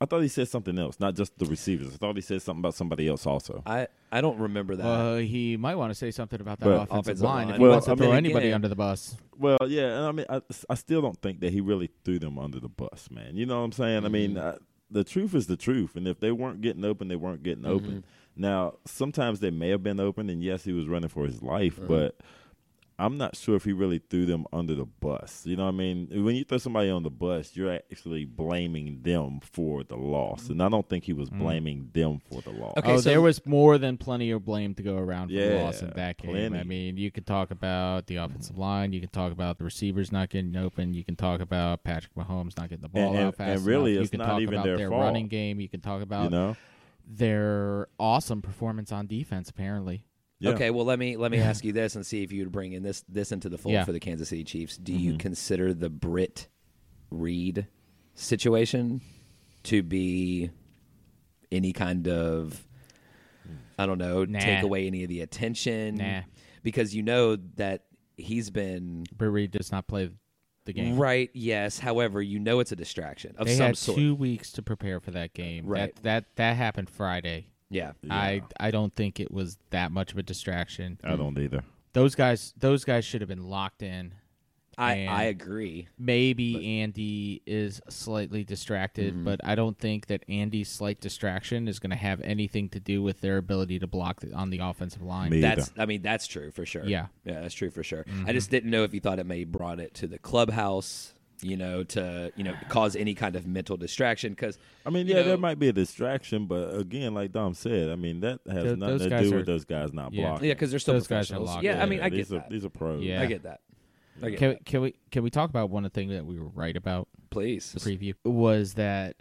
Speaker 3: I thought he said something else, not just the receivers. I thought he said something about somebody else also.
Speaker 2: I I don't remember that.
Speaker 1: Well, Uh, he might want to say something about that
Speaker 3: But-
Speaker 1: offensive,
Speaker 2: Offensive
Speaker 1: line.
Speaker 2: line.
Speaker 1: If he
Speaker 3: Well,
Speaker 1: wants to
Speaker 3: I
Speaker 1: throw
Speaker 2: mean,
Speaker 1: anybody
Speaker 2: again-
Speaker 1: under the bus,
Speaker 3: Well, yeah, and I mean, I, I still don't think that he really threw them under the bus, man. You know what I'm saying? I mean, I, the truth is the truth, and if they weren't getting open, they weren't getting open. Now, sometimes they may have been open, and yes, he was running for his life, but I'm not sure if he really threw them under the bus. You know what I mean? When you throw somebody on the bus, you're actually blaming them for the loss, and I don't think he was blaming them for the loss.
Speaker 2: Okay,
Speaker 1: oh,
Speaker 2: so-
Speaker 1: there was more than plenty of blame to go around for the
Speaker 3: Yeah,
Speaker 1: loss in that game. I
Speaker 3: plenty.
Speaker 1: mean, you could talk about the offensive line, you can talk about the receivers not getting open, you can talk about Patrick Mahomes not getting the ball
Speaker 3: And-
Speaker 1: out
Speaker 3: and-
Speaker 1: fast.
Speaker 3: and really,
Speaker 1: enough.
Speaker 3: it's
Speaker 1: you can
Speaker 3: not
Speaker 1: talk
Speaker 3: even
Speaker 1: about
Speaker 3: their fault.
Speaker 1: running game. You can talk about
Speaker 3: You know?
Speaker 1: their awesome performance on defense. Apparently,
Speaker 3: Yeah.
Speaker 2: Okay, well let me let me ask you this and see if you would bring in this this into the fold
Speaker 1: Yeah. Mm-hmm.
Speaker 2: for the Kansas City Chiefs. Do you consider the Britt Reed situation to be any kind of I don't know,
Speaker 1: Nah.
Speaker 2: take away any of the attention?
Speaker 1: Nah.
Speaker 2: Because you know that he's been
Speaker 1: Brett Reed does not play the game.
Speaker 2: right, yes. However, you know it's a distraction of
Speaker 1: They
Speaker 2: some
Speaker 1: had
Speaker 2: sort.
Speaker 1: two weeks to prepare for that game.
Speaker 2: Right.
Speaker 1: That that, that happened Friday.
Speaker 2: yeah.
Speaker 1: I I don't think it was that much of a distraction.
Speaker 3: I don't either.
Speaker 1: Those guys those guys should have been locked in.
Speaker 2: I,
Speaker 1: and-
Speaker 2: I agree.
Speaker 1: Maybe Andy is slightly distracted, but I don't think that Andy's slight distraction is going to have anything to do with their ability to block the, on the offensive line.
Speaker 3: Me.
Speaker 2: That's I mean that's true for sure.
Speaker 1: Yeah.
Speaker 2: yeah, that's true for sure.
Speaker 3: Mm-hmm.
Speaker 2: I just didn't know if you thought it may brought it to the clubhouse, you know, to you know cause any kind of mental distraction because
Speaker 3: I mean, yeah, there might be a distraction, but again, like Dom said, I mean, that has
Speaker 1: Tho-
Speaker 3: nothing
Speaker 1: those
Speaker 3: to
Speaker 1: guys
Speaker 3: do
Speaker 1: are-
Speaker 3: with those guys not
Speaker 1: yeah.
Speaker 3: blocking.
Speaker 2: yeah because they're still
Speaker 1: Those guys are
Speaker 2: professionals.
Speaker 1: locked
Speaker 2: yeah, I
Speaker 1: in.
Speaker 2: mean I get
Speaker 3: these are
Speaker 2: that.
Speaker 3: these are pros.
Speaker 1: Yeah.
Speaker 2: I get that. I get
Speaker 1: Can,
Speaker 2: that.
Speaker 1: can we can we talk about one thing that we were right about the
Speaker 2: Please,
Speaker 1: preview was that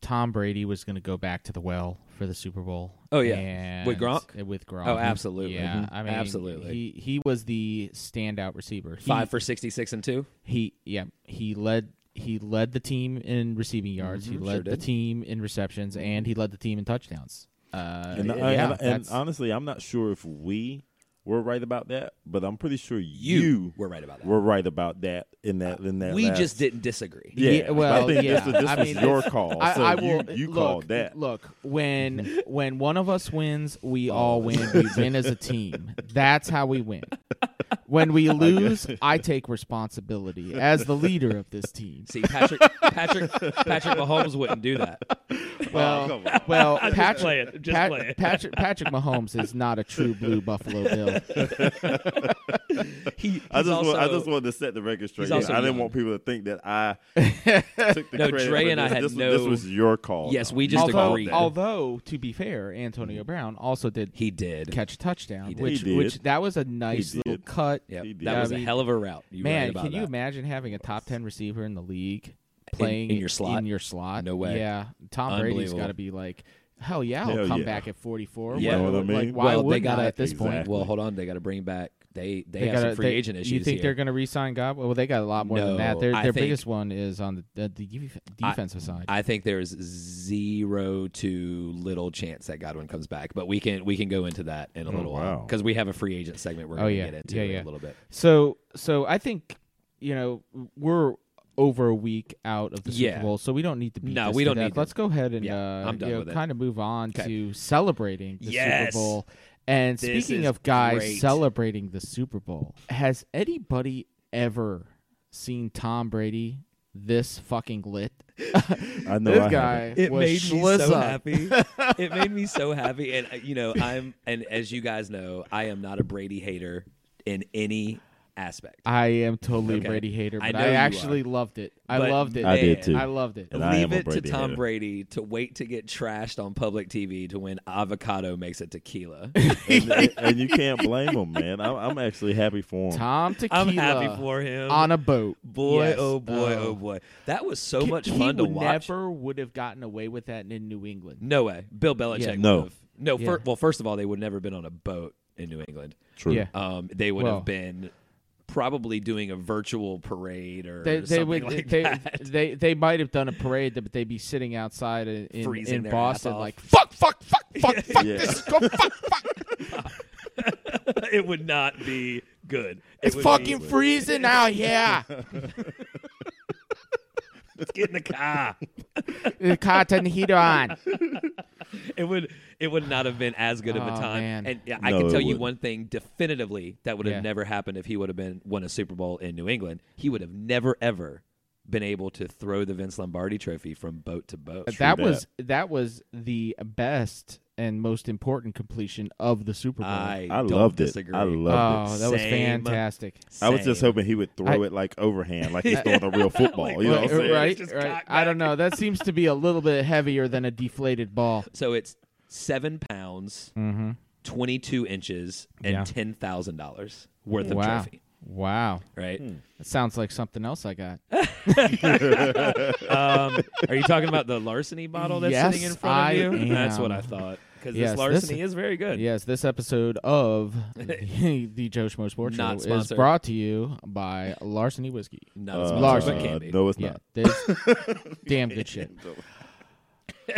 Speaker 1: Tom Brady was going to go back to the well for the Super Bowl.
Speaker 2: Oh, yeah.
Speaker 1: And-
Speaker 2: With Gronk?
Speaker 1: with Gronk.
Speaker 2: Oh, absolutely.
Speaker 1: Yeah,
Speaker 2: Mhm.
Speaker 1: I mean,
Speaker 2: Absolutely.
Speaker 1: He he was the standout receiver. He-
Speaker 2: five for sixty six and two.
Speaker 1: He yeah he led he led the team in receiving yards. he led the
Speaker 2: did.
Speaker 1: team in receptions, and he led the team in touchdowns. Uh,
Speaker 3: And, I-
Speaker 1: yeah,
Speaker 3: and- and
Speaker 1: that's-
Speaker 3: honestly, I'm not sure if we were right about that, but I'm pretty sure you,
Speaker 2: were right about that.
Speaker 3: were right about that in that in that.
Speaker 2: we
Speaker 3: last-
Speaker 2: just didn't disagree.
Speaker 3: Yeah,
Speaker 1: Yeah, well,
Speaker 3: I think
Speaker 1: yeah.
Speaker 3: this was, this
Speaker 1: I
Speaker 3: was
Speaker 1: mean,
Speaker 3: your
Speaker 1: it's-
Speaker 3: call.
Speaker 1: I,
Speaker 3: Oh, so
Speaker 1: I
Speaker 3: you,
Speaker 1: will
Speaker 3: you
Speaker 1: look,
Speaker 3: called that.
Speaker 1: Look, when when one of us wins, we all win. We win as a team. That's how we win. When we lose, I take responsibility as the leader of this team.
Speaker 2: See, Patrick, Patrick, Patrick Mahomes wouldn't do that.
Speaker 1: Well, well,
Speaker 4: I'm just
Speaker 1: Patrick,
Speaker 4: playing, I'm just
Speaker 1: Pat-
Speaker 4: playing.
Speaker 1: Patrick, Patrick Mahomes is not a true blue Buffalo Bill.
Speaker 2: He, he's
Speaker 3: I just,
Speaker 2: also,
Speaker 3: want, I just wanted to set the record straight.
Speaker 2: he's also
Speaker 3: I didn't
Speaker 2: young.
Speaker 3: want people to think that
Speaker 2: (laughs)
Speaker 3: I took the
Speaker 2: No,
Speaker 3: credit.
Speaker 2: Dre
Speaker 3: for
Speaker 2: and I
Speaker 3: this.
Speaker 2: had
Speaker 3: this, was-
Speaker 2: no-
Speaker 3: This was your call.
Speaker 2: Yes,
Speaker 3: though.
Speaker 2: we
Speaker 3: You
Speaker 2: just
Speaker 3: called
Speaker 1: although,
Speaker 2: agreed.
Speaker 3: that.
Speaker 1: although to be fair, Antonio Brown also did
Speaker 2: he did.
Speaker 1: catch a touchdown,
Speaker 2: He did.
Speaker 1: which
Speaker 3: He did.
Speaker 1: which that was a nice
Speaker 3: did.
Speaker 1: little cut.
Speaker 2: Yep.
Speaker 3: He did.
Speaker 2: That
Speaker 3: I
Speaker 2: was a
Speaker 1: mean,
Speaker 2: hell of a route. You right
Speaker 1: Man,
Speaker 2: about
Speaker 1: can you
Speaker 2: that.
Speaker 1: imagine having a top ten receiver in the league playing
Speaker 2: in your slot?
Speaker 1: In your slot,
Speaker 2: No way.
Speaker 1: Yeah, Tom Brady's
Speaker 2: Unbelievable.
Speaker 1: got to be like, hell yeah, I'll
Speaker 3: Hell
Speaker 1: come
Speaker 3: yeah.
Speaker 1: back at forty four. Why-
Speaker 2: Yeah. Know
Speaker 3: what I
Speaker 1: Like,
Speaker 3: mean?
Speaker 1: why
Speaker 2: well, they
Speaker 1: wouldn't
Speaker 2: got
Speaker 1: I at this point?
Speaker 3: Exactly.
Speaker 2: Well, hold on. They got to bring back. They they,
Speaker 1: They
Speaker 2: have
Speaker 1: gotta-
Speaker 2: some free
Speaker 1: they-
Speaker 2: agent issues
Speaker 1: You think
Speaker 2: here.
Speaker 1: they're going to re-sign Gobb? Well, they got a lot more than that.
Speaker 2: No,
Speaker 1: Their,
Speaker 2: I
Speaker 1: their
Speaker 2: think-
Speaker 1: biggest one is on the, the, the def- defensive side.
Speaker 2: I think there's zero to little chance that Godwin comes back, but we can we can go into that in a little while
Speaker 3: wow.
Speaker 2: because we have a free agent segment we're
Speaker 1: Oh,
Speaker 2: going to
Speaker 1: yeah.
Speaker 2: get into
Speaker 1: Yeah,
Speaker 2: in
Speaker 1: yeah.
Speaker 2: a little bit.
Speaker 1: so, so I think you know we're over a week out of the Super
Speaker 2: Yeah.
Speaker 1: Bowl, so we don't need to beat
Speaker 2: No,
Speaker 1: this
Speaker 2: we
Speaker 1: to
Speaker 2: don't
Speaker 1: death.
Speaker 2: need to.
Speaker 1: Let's go ahead and
Speaker 2: Yeah,
Speaker 1: uh,
Speaker 2: I'm done
Speaker 1: you know,
Speaker 2: with it.
Speaker 1: kind of move on
Speaker 2: 'Kay.
Speaker 1: to celebrating the
Speaker 2: Yes.
Speaker 1: Super Bowl. And
Speaker 2: This
Speaker 1: speaking
Speaker 2: is
Speaker 1: of guys
Speaker 2: great.
Speaker 1: celebrating the Super Bowl, has anybody ever seen Tom Brady this fucking lit?
Speaker 3: I know.
Speaker 1: this
Speaker 3: I haven't.
Speaker 1: guy
Speaker 2: it
Speaker 1: was
Speaker 2: made me so
Speaker 1: schlizz up.
Speaker 2: happy.
Speaker 1: (laughs)
Speaker 2: it made me so happy, and uh, you know, I'm and as you guys know, I am not a Brady hater in any aspect.
Speaker 1: I am totally
Speaker 2: Okay.
Speaker 1: a Brady hater,
Speaker 2: I
Speaker 1: but
Speaker 2: know
Speaker 1: I,
Speaker 2: you
Speaker 1: actually
Speaker 2: are.
Speaker 1: loved it. I
Speaker 2: But
Speaker 1: loved it.
Speaker 3: I did
Speaker 2: Man,
Speaker 3: too.
Speaker 1: I loved it.
Speaker 3: And I am
Speaker 2: Leave
Speaker 3: a
Speaker 2: it to
Speaker 3: Brady
Speaker 2: Tom
Speaker 3: hater.
Speaker 2: Brady to wait to get trashed on public TV to when avocado makes
Speaker 1: (laughs)
Speaker 2: it tequila.
Speaker 3: and, and you can't blame him, man. I'm, I'm actually happy for him.
Speaker 1: Tom Tequila
Speaker 2: I'm happy for him.
Speaker 1: on a boat.
Speaker 2: boy,
Speaker 1: Yes.
Speaker 2: oh boy, oh. boy, that was so
Speaker 1: He-
Speaker 2: much
Speaker 1: he
Speaker 2: fun to
Speaker 1: would
Speaker 2: watch.
Speaker 1: Never would have gotten away with that in New England.
Speaker 2: No way, Bill Belichick.
Speaker 1: Yeah.
Speaker 2: would
Speaker 3: No.
Speaker 2: have- no.
Speaker 1: Yeah.
Speaker 2: fir- well, first of all, they would never been on a boat in New England.
Speaker 3: True.
Speaker 1: Yeah.
Speaker 2: Um, they would
Speaker 1: Well.
Speaker 2: have been probably doing a virtual parade or
Speaker 1: They, they
Speaker 2: something
Speaker 1: would
Speaker 2: like
Speaker 1: they,
Speaker 2: that. (laughs)
Speaker 1: they they might have done a parade, but they'd be sitting outside in, in,
Speaker 2: Freezing
Speaker 1: in
Speaker 2: their ass
Speaker 1: Boston,
Speaker 2: off.
Speaker 1: like fuck, fuck,
Speaker 2: (laughs)
Speaker 1: fuck, fuck, fuck
Speaker 3: Yeah.
Speaker 1: this, go fuck, fuck,
Speaker 2: it would not be good. It
Speaker 1: it's
Speaker 2: would
Speaker 1: fucking
Speaker 2: Be,
Speaker 1: freezing out
Speaker 2: (laughs)
Speaker 1: here.
Speaker 2: let's get in the car.
Speaker 1: the car turned the heater on.
Speaker 2: It would. It would not have been as good of a
Speaker 1: Oh,
Speaker 2: time.
Speaker 1: man.
Speaker 2: And yeah, I
Speaker 3: No,
Speaker 2: can
Speaker 3: it
Speaker 2: tell you
Speaker 3: wouldn't.
Speaker 2: one thing definitively that would have
Speaker 1: Yeah.
Speaker 2: never happened if he would have been won a Super Bowl in New England. He would have never ever been able to throw the Vince Lombardi Trophy from boat to boat.
Speaker 1: that
Speaker 3: that.
Speaker 1: was that was the best and most important completion of the Super Bowl.
Speaker 2: I,
Speaker 3: I
Speaker 2: don't
Speaker 3: loved it.
Speaker 2: disagree.
Speaker 3: I
Speaker 1: oh,
Speaker 3: loved it.
Speaker 1: that was
Speaker 2: Same.
Speaker 1: fantastic.
Speaker 3: I was just
Speaker 2: Same.
Speaker 3: hoping he would throw
Speaker 1: Oh, I-
Speaker 3: it like overhand,
Speaker 1: (laughs)
Speaker 3: like he's throwing a real football. you know
Speaker 1: Right,
Speaker 3: what I'm saying?
Speaker 1: right,
Speaker 2: Just
Speaker 1: right.
Speaker 2: cock
Speaker 1: I don't know. That seems to be a little bit heavier than a deflated ball.
Speaker 2: So it's seven pounds, twenty-two inches, and
Speaker 1: Mm-hmm. Yeah.
Speaker 2: ten thousand dollars worth of
Speaker 1: Wow.
Speaker 2: trophy.
Speaker 1: Wow.
Speaker 2: Right?
Speaker 3: Hmm.
Speaker 1: That sounds like something else I
Speaker 2: (laughs)
Speaker 1: got.
Speaker 2: Um, are you talking about the larceny bottle that's
Speaker 1: Yes,
Speaker 2: sitting in front of
Speaker 1: I
Speaker 2: you? That's what
Speaker 1: am.
Speaker 2: I thought. Because
Speaker 1: Yes, this-
Speaker 2: this larceny is very good.
Speaker 1: yes, this episode
Speaker 2: (laughs)
Speaker 1: of the, the Joe Schmo Sports
Speaker 2: Not
Speaker 1: Show is
Speaker 2: sponsored.
Speaker 1: brought to you by Larceny Whiskey.
Speaker 2: Not as
Speaker 3: Uh,
Speaker 2: much as
Speaker 1: Larson.
Speaker 2: it can be.
Speaker 3: No, it's
Speaker 1: yeah,
Speaker 3: not.
Speaker 2: (laughs)
Speaker 1: this- damn good shit.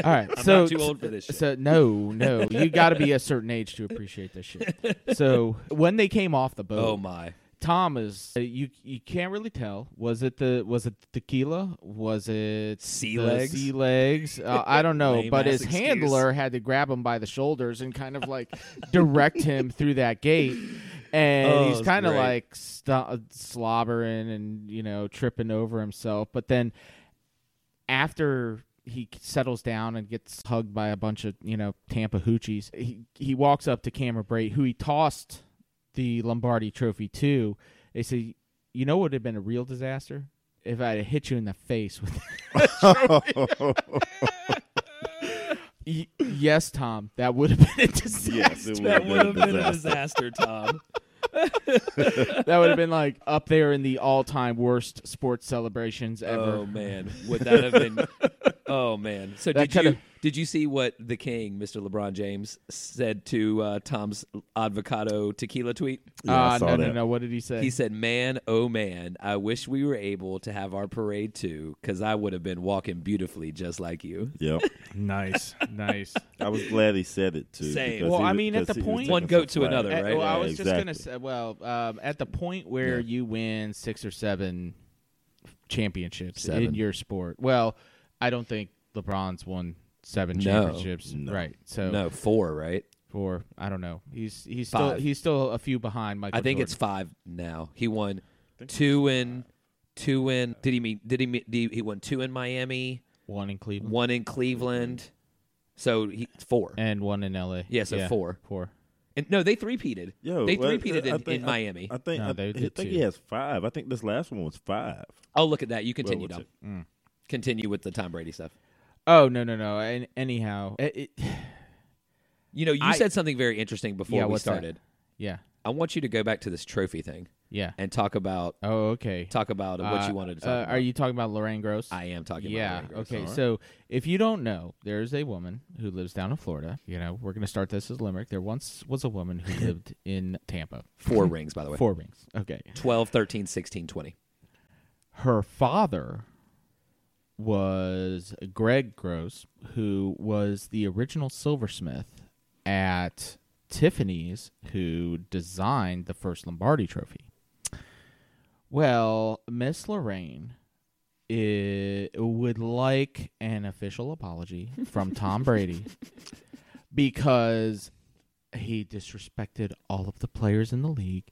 Speaker 1: All right,
Speaker 2: I'm
Speaker 1: so
Speaker 2: not too old for this shit.
Speaker 1: So no, no, you got to be a certain age to appreciate this
Speaker 2: (laughs)
Speaker 1: shit. So when they came off the boat,
Speaker 2: oh my.
Speaker 1: Tom is uh, you you can't really tell. Was it the was it the tequila? Was it
Speaker 2: Sea
Speaker 1: the
Speaker 2: legs?
Speaker 1: Sea
Speaker 2: (laughs)
Speaker 1: legs? Uh, I don't know.
Speaker 2: Lame
Speaker 1: but
Speaker 2: ass
Speaker 1: his
Speaker 2: excuse.
Speaker 1: handler had to grab him by the shoulders and kind of like direct him through that gate. And
Speaker 2: Oh,
Speaker 1: he's
Speaker 2: it's
Speaker 1: kind of
Speaker 2: great.
Speaker 1: like sto- slobbering and you know tripping over himself. But then after he settles down and gets hugged by a bunch of you know Tampa hoochies, he he walks up to Cameron Bray, who he tossed the Lombardi Trophy to. They say, "You know what would have been a real disaster if I had hit you in the face with." (laughs) Y- yes, Tom, that would have been a disaster.
Speaker 3: yes, it
Speaker 2: That would have
Speaker 3: been
Speaker 2: been a
Speaker 3: disaster.
Speaker 2: disaster, (laughs) Tom.
Speaker 1: That would have been like up there in the all-time worst sports celebrations ever.
Speaker 2: Oh
Speaker 3: Um,
Speaker 2: man, would that have (laughs) been? oh man. So
Speaker 1: That
Speaker 2: did you
Speaker 1: kinda-
Speaker 2: did you see what the king, Mr. LeBron James, said to uh, Tom's avocado tequila tweet?
Speaker 3: Yeah, I
Speaker 1: Uh,
Speaker 3: saw
Speaker 1: no,
Speaker 3: that.
Speaker 1: no, no. What did he say?
Speaker 2: He said, "Man, oh man, I wish we were able to have our parade too, because I would have been walking beautifully just like you."
Speaker 3: Yep.
Speaker 1: nice, nice.
Speaker 3: I was glad he said it too.
Speaker 2: Same.
Speaker 3: because
Speaker 1: Well,
Speaker 3: he
Speaker 1: I
Speaker 3: was-
Speaker 1: mean, at
Speaker 3: because
Speaker 1: the
Speaker 3: he was
Speaker 1: point-
Speaker 3: taking
Speaker 2: One
Speaker 3: some
Speaker 2: goat to
Speaker 3: flack.
Speaker 2: another, right?
Speaker 1: Eh, Well, I
Speaker 3: Yeah,
Speaker 1: was just gonna
Speaker 3: exactly.
Speaker 1: say. Well, um, at the point where you win six or seven championships
Speaker 2: Seven.
Speaker 1: in your sport, well, I don't think LeBron's won seven
Speaker 2: No.
Speaker 1: championships,
Speaker 3: No.
Speaker 1: right? So
Speaker 2: No, four, right?
Speaker 1: or I don't know. He's he's still
Speaker 2: Five.
Speaker 1: he's still a few behind Michael.
Speaker 2: I think it's
Speaker 1: Jordan.
Speaker 2: five now. He won two in two in. Did he mean? Did he mean? He won two in Miami,
Speaker 1: one in Cleveland
Speaker 2: one in Cleveland. So he four.
Speaker 1: and one in L.A.
Speaker 2: Yeah, so four.
Speaker 1: four.
Speaker 2: And no, they three peated.
Speaker 3: Yo,
Speaker 2: they
Speaker 3: well,
Speaker 2: three peated
Speaker 3: I
Speaker 2: in,
Speaker 3: think-
Speaker 2: in
Speaker 3: I-
Speaker 2: Miami.
Speaker 3: I, think
Speaker 1: No,
Speaker 3: I,
Speaker 1: they
Speaker 3: I
Speaker 1: did
Speaker 3: think
Speaker 1: two.
Speaker 3: he has five. I think this last one was five.
Speaker 2: oh, look at that. You continue,
Speaker 3: World
Speaker 2: Dom.
Speaker 3: War
Speaker 2: Continue with the Tom Brady stuff.
Speaker 1: Oh no no no. And anyhow, eh, it, it,
Speaker 2: You know, you
Speaker 1: I-
Speaker 2: said something very interesting before
Speaker 1: Yeah,
Speaker 2: we
Speaker 1: what's that?
Speaker 2: started.
Speaker 1: yeah
Speaker 2: I want you to go back to this trophy thing
Speaker 1: yeah.
Speaker 2: and talk about
Speaker 1: Oh okay.
Speaker 2: talk about what
Speaker 1: Uh,
Speaker 2: you wanted to talk
Speaker 1: uh,
Speaker 2: about.
Speaker 1: Are you talking about Lorraine Gross?
Speaker 2: I am talking
Speaker 1: yeah.
Speaker 2: about. Lorraine Gross.
Speaker 1: okay. So if you don't know, there's a woman who lives down in Florida. You know, we're gonna start this as Limerick. There once was a woman
Speaker 2: (laughs)
Speaker 1: who lived in Tampa.
Speaker 2: Four rings, by the way.
Speaker 1: Four rings. Okay.
Speaker 2: 12, 13, 16, 20.
Speaker 1: her father was Greg Gross, who was the original silversmith at Tiffany's, who designed the first Lombardi trophy. Well, Miss Lorraine i would like an official apology from Tom Brady because he disrespected all of the players in the league.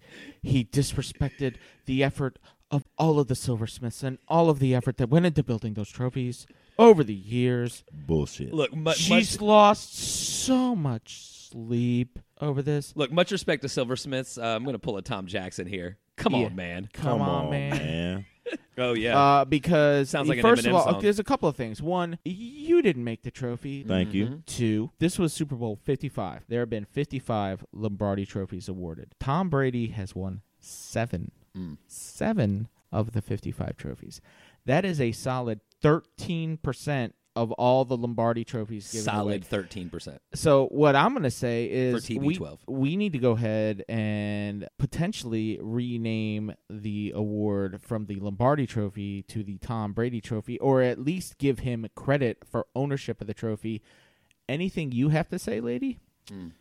Speaker 1: He disrespected the effort of all of the silversmiths and all of the effort that went into building those trophies over the years.
Speaker 3: Bullshit.
Speaker 2: Look, mu-
Speaker 1: She's
Speaker 2: much,
Speaker 1: lost so much sleep over this.
Speaker 2: look, much respect to Silversmiths. Uh, I'm going to pull a Tom Jackson here. Come
Speaker 1: Yeah.
Speaker 2: on, man.
Speaker 1: Come, on, man.
Speaker 2: Oh, yeah.
Speaker 1: Uh, because
Speaker 2: Sounds like an
Speaker 1: first
Speaker 2: Eminem
Speaker 1: of all,
Speaker 2: song.
Speaker 1: there's a couple of things. One, you didn't make the trophy.
Speaker 3: Thank you.
Speaker 1: Two, this was Super Bowl 55. There have been 55 Lombardi trophies awarded. Tom Brady has won seven. Seven of the 55 trophies. That is a solid 13% of all the Lombardi trophies given away.
Speaker 2: Solid 13%.
Speaker 1: So what I'm going to say is we,
Speaker 2: TB12.
Speaker 1: we need to go ahead and potentially rename the award from the Lombardi Trophy to the Tom Brady Trophy, or at least give him credit for ownership of the trophy. Anything you have to say, lady?
Speaker 2: Mm.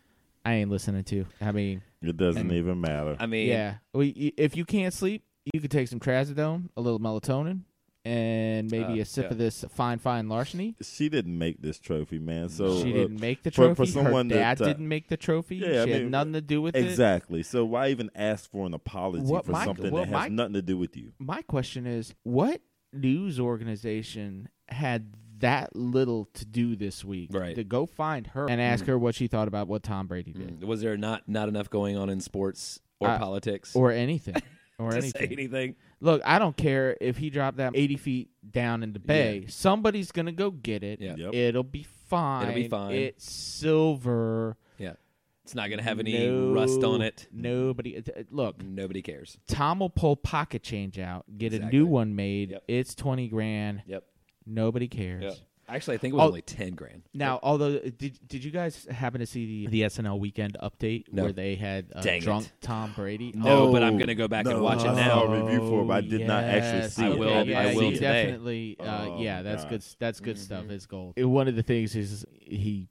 Speaker 1: I ain't listening to. I mean,
Speaker 2: Mm-hmm.
Speaker 3: It doesn't even matter.
Speaker 2: I mean,
Speaker 1: yeah. We, y- if you can't sleep, you could take some trazodone, a little melatonin, and maybe
Speaker 2: Uh,
Speaker 1: a sip
Speaker 2: yeah.
Speaker 1: of this fine, fine larceny.
Speaker 3: she didn't make this trophy, man. So
Speaker 1: She
Speaker 3: uh,
Speaker 1: didn't make the
Speaker 3: for-
Speaker 1: trophy.
Speaker 3: for someone
Speaker 1: Her dad
Speaker 3: that, uh,
Speaker 1: didn't make the trophy.
Speaker 3: Yeah,
Speaker 1: she
Speaker 3: I
Speaker 1: had
Speaker 3: mean,
Speaker 1: nothing to do with it.
Speaker 3: Exactly. So why even ask for an apology
Speaker 1: What
Speaker 3: for
Speaker 1: my-
Speaker 3: something
Speaker 1: what
Speaker 3: that has
Speaker 1: my-
Speaker 3: nothing to do with you?
Speaker 1: my question is what news organization had that little to do this week
Speaker 2: Right.
Speaker 1: to go find her and ask her what she thought about what Tom Brady did
Speaker 2: was there not, not enough going on in sports or
Speaker 1: Uh,
Speaker 2: politics
Speaker 1: or anything or
Speaker 2: to
Speaker 1: anything.
Speaker 2: say anything?
Speaker 1: Look, I don't care if he dropped that 80 feet down in the bay. Somebody's going to go get it.
Speaker 2: Yeah.
Speaker 3: Yep.
Speaker 1: It'll be fine.
Speaker 2: fine.
Speaker 1: It's silver.
Speaker 2: Yeah. It's not going to have any
Speaker 1: No-
Speaker 2: rust on it.
Speaker 1: Nobody it- it- look,
Speaker 2: Nobody cares.
Speaker 1: Tom will pull pocket change out, get
Speaker 2: Exactly.
Speaker 1: a new one made.
Speaker 2: Yep.
Speaker 1: It's 20 grand.
Speaker 2: Yep.
Speaker 1: Nobody cares.
Speaker 2: Yep. Actually, I think it was
Speaker 1: Oh.
Speaker 2: only 10 grand.
Speaker 1: Now, although uh, did did you guys happen to see the the SNL weekend update
Speaker 2: No.
Speaker 1: where they had uh,
Speaker 2: Dang it.
Speaker 1: drunk Tom Brady?
Speaker 2: No,
Speaker 1: Oh,
Speaker 2: but I'm gonna go back and
Speaker 3: no,
Speaker 2: watch it
Speaker 3: I
Speaker 2: now.
Speaker 3: saw a review for it, but I did not actually
Speaker 1: yes.
Speaker 3: see
Speaker 2: I
Speaker 3: it.
Speaker 2: will-
Speaker 1: Okay, yeah,
Speaker 2: I will
Speaker 1: you
Speaker 2: today.
Speaker 1: definitely. Uh,
Speaker 3: Oh, Mm-hmm.
Speaker 1: yeah, that's good.
Speaker 3: gosh.
Speaker 1: That's good stuff. It's gold. And one of the things is he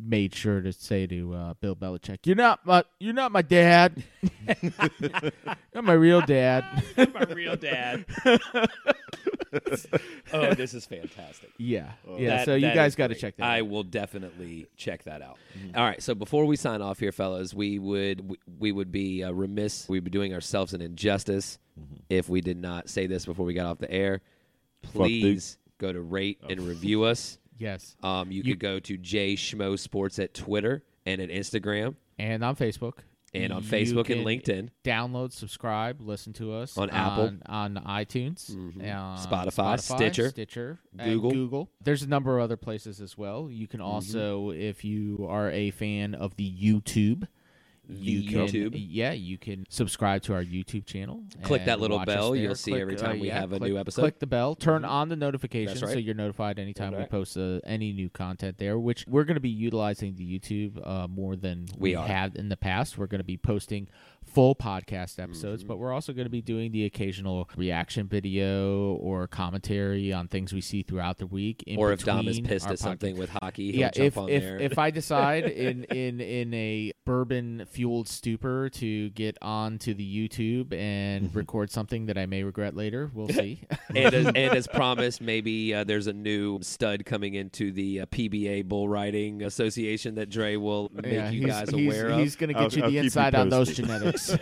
Speaker 1: made sure to say to uh, Bill Belichick, "You're not my, you're not my dad. (laughs) you're my real dad." (laughs)
Speaker 2: (laughs) my real dad. (laughs) oh, this is fantastic.
Speaker 1: yeah, yeah.
Speaker 2: That-
Speaker 1: so you
Speaker 2: that
Speaker 1: guys
Speaker 2: is
Speaker 1: got to
Speaker 2: great.
Speaker 1: check that.
Speaker 2: I
Speaker 1: out. Mm-hmm.
Speaker 2: will definitely check that out. All right. So before we sign off here, fellas, we would we- we would be uh, remiss. We'd be doing ourselves an injustice
Speaker 1: Mm-hmm.
Speaker 2: if we did not say this before we got off the air.
Speaker 3: Duke.
Speaker 2: Please go to rate and review us.
Speaker 1: Yes,
Speaker 2: Um, you,
Speaker 1: Oh. You-
Speaker 2: could go to J Schmo Sports at Twitter and at Instagram
Speaker 1: and on Facebook.
Speaker 2: and on
Speaker 1: You
Speaker 2: Facebook
Speaker 1: can
Speaker 2: and LinkedIn.
Speaker 1: download, subscribe, listen to us
Speaker 2: On Apple. Mm-hmm.
Speaker 1: on, on iTunes, on
Speaker 2: Spotify, Stitcher,
Speaker 1: Stitcher, and
Speaker 2: Google. Mm-hmm.
Speaker 1: Google. There's a number of other places as well. You can also, if you are a fan of the YouTube. You can,
Speaker 2: YouTube.
Speaker 1: yeah, you can subscribe to our YouTube channel.
Speaker 2: Click that
Speaker 1: and
Speaker 2: little
Speaker 1: watch us
Speaker 2: bell.
Speaker 1: there.
Speaker 2: You'll see
Speaker 1: Click- uh,
Speaker 2: every time we have a
Speaker 1: click-
Speaker 2: new episode. Mm-hmm.
Speaker 1: Click the bell. Turn on the notifications
Speaker 2: That's right.
Speaker 1: so you're notified anytime we
Speaker 2: Right.
Speaker 1: post uh, any new content there. Which we're going to be utilizing the YouTube uh, more than
Speaker 2: We are.
Speaker 1: have in the past. We're going to be posting full podcast episodes,
Speaker 2: Mm-hmm.
Speaker 1: but we're also going to be doing the occasional reaction video or commentary on things we see throughout the week. In
Speaker 2: or if Dom is
Speaker 1: between
Speaker 2: pissed
Speaker 1: our
Speaker 2: at
Speaker 1: podcast
Speaker 2: something with hockey, he'll
Speaker 1: yeah,
Speaker 2: (laughs) jump
Speaker 1: if
Speaker 2: on
Speaker 1: if,
Speaker 2: there.
Speaker 1: if I decide in in in a bourbon fueled stupor to get onto the YouTube and
Speaker 2: Mm-hmm.
Speaker 1: record something that I may regret later.
Speaker 2: (laughs)
Speaker 1: We'll see.
Speaker 2: and, as, and as promised, maybe uh, there's a new stud coming into the uh, PBA Bull Riding Association that Dre will make
Speaker 1: Oh, Yeah,
Speaker 2: you
Speaker 1: he's-
Speaker 2: guys
Speaker 1: he's-
Speaker 2: aware of.
Speaker 1: He's going to get
Speaker 3: I'll-
Speaker 1: you
Speaker 3: I'll
Speaker 1: the
Speaker 3: keep you
Speaker 1: inside on those
Speaker 3: posted.
Speaker 2: (laughs)
Speaker 1: genetics.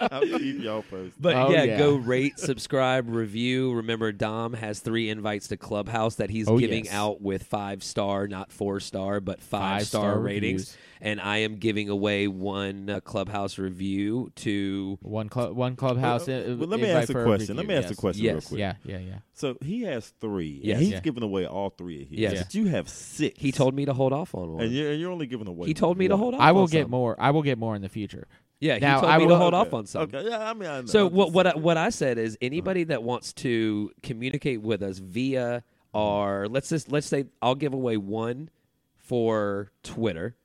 Speaker 3: I'll keep (laughs) y'all posted.
Speaker 2: But
Speaker 1: Oh,
Speaker 2: yeah,
Speaker 1: yeah.
Speaker 2: go rate, subscribe, review. Remember, Dom has three invites to Clubhouse that he's
Speaker 1: Oh,
Speaker 2: giving
Speaker 1: yes.
Speaker 2: out with five star, not four star, but five, star,
Speaker 1: Five-star
Speaker 2: ratings.
Speaker 1: reviews.
Speaker 2: And I am giving away one uh, Clubhouse review to.
Speaker 1: one club, one clubhouse.
Speaker 3: Well,
Speaker 1: uh,
Speaker 3: well, let me
Speaker 1: invite
Speaker 3: ask a
Speaker 1: for
Speaker 3: question. Let
Speaker 1: review,
Speaker 3: me ask
Speaker 1: yes.
Speaker 3: a question real
Speaker 2: Yes.
Speaker 3: quick.
Speaker 1: Yeah, yeah, yeah.
Speaker 3: So he has three. and
Speaker 2: Yes.
Speaker 3: he's
Speaker 1: Yeah.
Speaker 3: giving away all three of his.
Speaker 2: Yes.
Speaker 3: But you have six.
Speaker 2: He told me to hold off on one.
Speaker 3: and you're, and you're only giving away.
Speaker 2: he told me to
Speaker 3: one.
Speaker 2: hold off.
Speaker 1: I will
Speaker 2: on
Speaker 1: get
Speaker 2: some.
Speaker 1: more. I will get more in the future.
Speaker 2: Yeah, he
Speaker 1: Now,
Speaker 2: told
Speaker 1: I
Speaker 2: me to
Speaker 1: will-
Speaker 2: hold
Speaker 3: Okay.
Speaker 2: off on some.
Speaker 3: Okay. Yeah. I mean. I know.
Speaker 2: So
Speaker 3: I'm
Speaker 2: what
Speaker 3: just
Speaker 2: what I,
Speaker 3: saying.
Speaker 2: what I said is anybody that wants to communicate with us via
Speaker 1: Mm-hmm.
Speaker 2: our let's just let's say I'll give away one for Twitter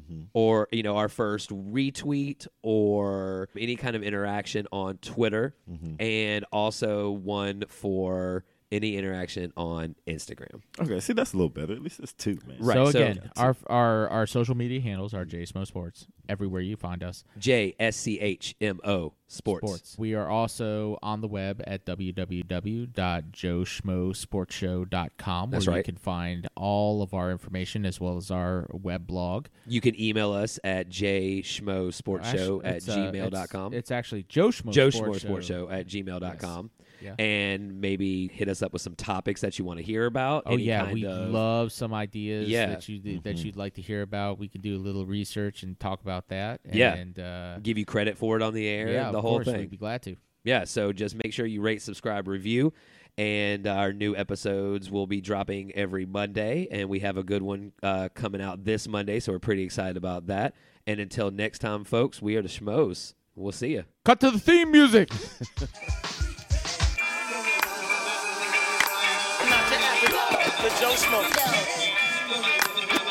Speaker 1: Mm-hmm.
Speaker 2: or you know our first retweet or any kind of interaction on Twitter
Speaker 1: Mm-hmm.
Speaker 2: and also one for any interaction on Instagram.
Speaker 3: Okay. See, that's a little better. At least it's two, man.
Speaker 2: Right.
Speaker 1: So
Speaker 2: so-
Speaker 1: again, our our our social media handles are JSMO Sports everywhere you find us.
Speaker 2: J S C H M O sports.
Speaker 1: Sports. We are also on the web at www.joeschmosportshow.com
Speaker 2: That's
Speaker 1: where you
Speaker 2: right.
Speaker 1: can find all of our information as well as our web blog.
Speaker 2: You can email us at jschmo sports show
Speaker 1: Actually,
Speaker 2: at
Speaker 1: it's, uh, it's-
Speaker 2: gmail.com.
Speaker 1: It's actually Joe Schmo
Speaker 2: Joe Schmore
Speaker 1: Sports
Speaker 2: Sports
Speaker 1: Show.
Speaker 2: Show at gmail.com.
Speaker 1: Yes. Yeah.
Speaker 2: And maybe hit us up with some topics that you want to hear about.
Speaker 1: Oh
Speaker 2: any
Speaker 1: yeah,
Speaker 2: kind
Speaker 1: we
Speaker 2: of-
Speaker 1: love some ideas
Speaker 2: Yeah. Mm-hmm.
Speaker 1: that you that you'd like to hear about. We could do a little research and talk about that.
Speaker 2: Yeah.
Speaker 1: and uh,
Speaker 2: give you credit for it on the air,
Speaker 1: yeah,
Speaker 2: the
Speaker 1: of
Speaker 2: whole
Speaker 1: course,
Speaker 2: thing.
Speaker 1: We'd be glad to.
Speaker 2: Yeah, so just make sure you rate, subscribe, review, and our new episodes will be dropping every Monday, and we have a good one uh, coming out this Monday, so we're pretty excited about that. And until next time, folks, we are the Schmoes. We'll see you.
Speaker 1: Cut to the theme music.
Speaker 4: Not to Africa, but Joe Smoke.